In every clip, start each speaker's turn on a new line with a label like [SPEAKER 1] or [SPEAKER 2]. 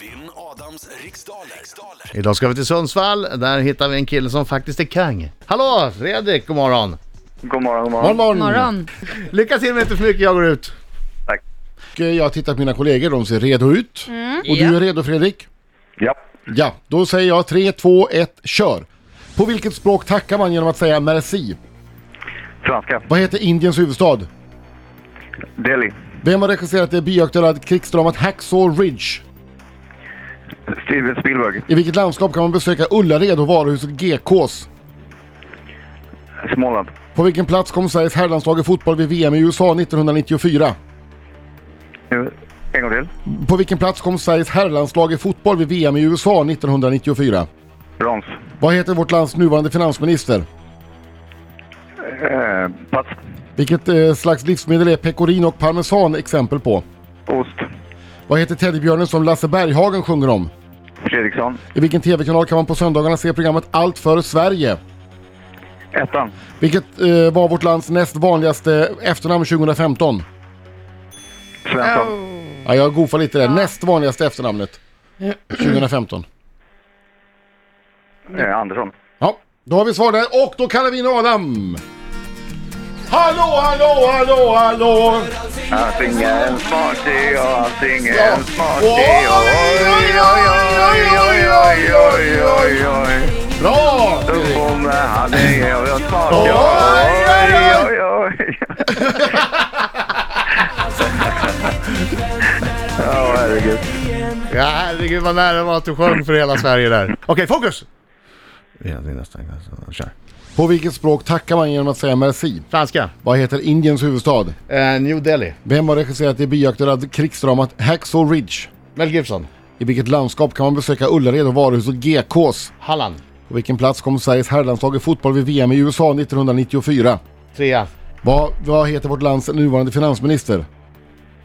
[SPEAKER 1] Vinn Adams riksdaler. riksdaler.
[SPEAKER 2] Idag ska vi till Sundsvall. Där hittar vi en kille som faktiskt är kang. Hallå Fredrik, god morgon.
[SPEAKER 3] God morgon, god morgon.
[SPEAKER 4] God morgon.
[SPEAKER 5] Morgon.
[SPEAKER 2] Lycka till men inte för mycket, jag går ut.
[SPEAKER 4] Och, eh, Jag tittar på mina kollegor, de ser redo ut. Och du är redo Fredrik?
[SPEAKER 3] Ja.
[SPEAKER 4] Ja, då säger jag 3, 2, 1, kör! På vilket språk tackar man genom att säga merci?
[SPEAKER 3] Franska.
[SPEAKER 4] Vad heter Indiens huvudstad?
[SPEAKER 3] Delhi.
[SPEAKER 4] Vem har regisserat det bioaktuella krigsdramat Hacksaw Ridge?
[SPEAKER 3] Steven Spielberg.
[SPEAKER 4] I vilket landskap kan man besöka Ullared och varuhuset GKs?
[SPEAKER 3] Småland.
[SPEAKER 4] På vilken plats kom Sveriges herrlandslag i fotboll vid VM i USA 1994?
[SPEAKER 3] Nu, En gång till.
[SPEAKER 4] På vilken plats kom Sveriges herrlandslag i fotboll vid VM i USA 1994?
[SPEAKER 3] Brons.
[SPEAKER 4] Vad heter vårt lands nuvarande finansminister?
[SPEAKER 3] Eh, pass.
[SPEAKER 4] Vilket eh, slags livsmedel är pecorino och parmesan exempel på?
[SPEAKER 3] Ost.
[SPEAKER 4] Vad heter teddybjörnen som Lasse Berghagen sjunger om?
[SPEAKER 3] Fredriksson.
[SPEAKER 4] I vilken TV-kanal kan man på söndagarna se programmet Allt för Sverige?
[SPEAKER 3] Ettan.
[SPEAKER 4] Vilket eh, var vårt lands näst vanligaste efternamn 2015?
[SPEAKER 3] Svensson.
[SPEAKER 4] Ja, jag goofar lite där. Näst vanligaste efternamnet 2015. Oh.
[SPEAKER 3] Eh, Andersson.
[SPEAKER 4] Ja, då har vi svar där och då kallar vi in Adam! Hallå, hallå, hallå, hallå!
[SPEAKER 3] Allting är en smarty och allting är en smarty.
[SPEAKER 4] Oj, oj, oj, oj, oj, oj, oj,
[SPEAKER 3] oj.
[SPEAKER 4] Bra!
[SPEAKER 3] Dumbom, han är en smarty.
[SPEAKER 4] Oj,
[SPEAKER 3] Oj, oj, oj. Ja, herregud.
[SPEAKER 2] Ja, herregud vad nära det var att du sjöng för hela Sverige där. Okej, fokus! Ja, det är nästan. alltså, Kör.
[SPEAKER 4] På vilket språk tackar man genom att säga merci?
[SPEAKER 2] Franska.
[SPEAKER 4] Vad heter Indiens huvudstad?
[SPEAKER 2] Eh, New Delhi.
[SPEAKER 4] Vem har regisserat det bioaktuella krigsdramat Hacksaw Ridge?
[SPEAKER 2] Mel Gibson.
[SPEAKER 4] I vilket landskap kan man besöka Ullared och varuhuset GKs?
[SPEAKER 2] Halland.
[SPEAKER 4] På vilken plats kom Sveriges herrlandslag i fotboll vid VM i USA 1994?
[SPEAKER 2] Trea.
[SPEAKER 4] Vad, vad heter vårt lands nuvarande finansminister?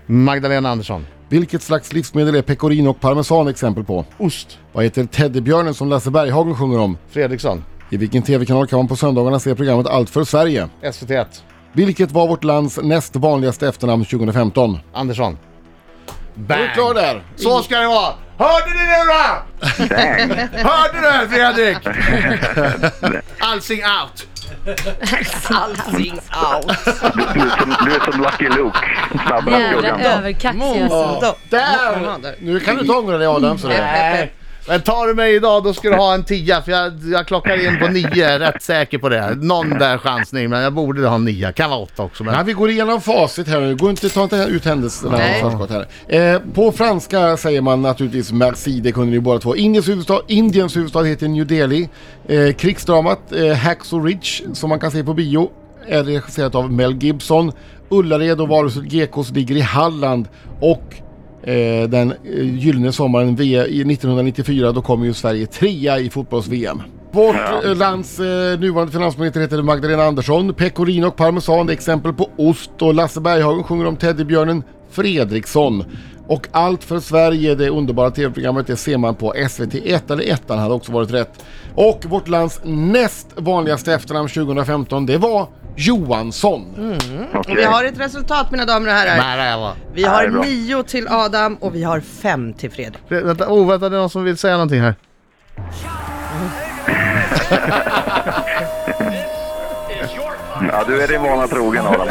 [SPEAKER 2] Magdalena Andersson.
[SPEAKER 4] Vilket slags livsmedel är pecorino och parmesan exempel på?
[SPEAKER 2] Ost.
[SPEAKER 4] Vad heter teddybjörnen som Lasse Berghagen sjunger om?
[SPEAKER 2] Fredriksson.
[SPEAKER 4] I vilken TV-kanal kan man på söndagarna se programmet Allt för Sverige?
[SPEAKER 2] SVT1.
[SPEAKER 4] Vilket var vårt lands näst vanligaste efternamn 2015?
[SPEAKER 2] Andersson.
[SPEAKER 4] Är du klar där?
[SPEAKER 2] Så ska det vara! Hörde ni det va?
[SPEAKER 3] Dang.
[SPEAKER 2] Hörde du det Fredrik? Allsing out!
[SPEAKER 6] Allting out.
[SPEAKER 3] Du är som, du är som Lucky Luke. Snabbare än
[SPEAKER 5] Jävla
[SPEAKER 3] skuggan.
[SPEAKER 5] överkaxiga så.
[SPEAKER 2] Där!
[SPEAKER 4] Nu kan du inte ångra dig Adam sådär.
[SPEAKER 2] Nej. Men tar du mig idag då ska du ha en tia för jag, jag klockar in på nio, rätt säker på det. Någon där chansning men jag borde ha nia, kan vara åtta också men...
[SPEAKER 4] Ja, vi går igenom facit här nu. Gå inte, ta inte ut händelserna i
[SPEAKER 6] Nej.
[SPEAKER 4] förskott här. Eh, på franska säger man naturligtvis merci, det kunde ni båda två. Indiens huvudstad, Indiens huvudstad heter New Delhi. Eh, krigsdramat eh, Hacksaw Ridge, som man kan se på bio, är regisserat av Mel Gibson. Ullared och varuhuset Gekos ligger i Halland och eh, den eh, gyllene sommaren v, i 1994 då kom ju Sverige trea i fotbolls-VM. Vårt eh, lands eh, nuvarande finansminister heter Magdalena Andersson. Pecorino och parmesan är exempel på ost och Lasse Berghagen sjunger om teddybjörnen Fredriksson. Och Allt för Sverige, det underbara tv-programmet, det ser man på SVT1 eller 1 hade också varit rätt. Och vårt lands näst vanligaste efternamn 2015, det var Johansson.
[SPEAKER 3] Okej.
[SPEAKER 6] Och vi har ett resultat mina damer och herrar.
[SPEAKER 2] Nära jag var.
[SPEAKER 6] Vi
[SPEAKER 3] Ja, det är bra.
[SPEAKER 6] har nio till Adam och vi har fem till Fredrik.
[SPEAKER 2] Fred- Vänta, oh vänta det är någon som vill säga någonting här.
[SPEAKER 3] Ja, du är din vana trogen Adam.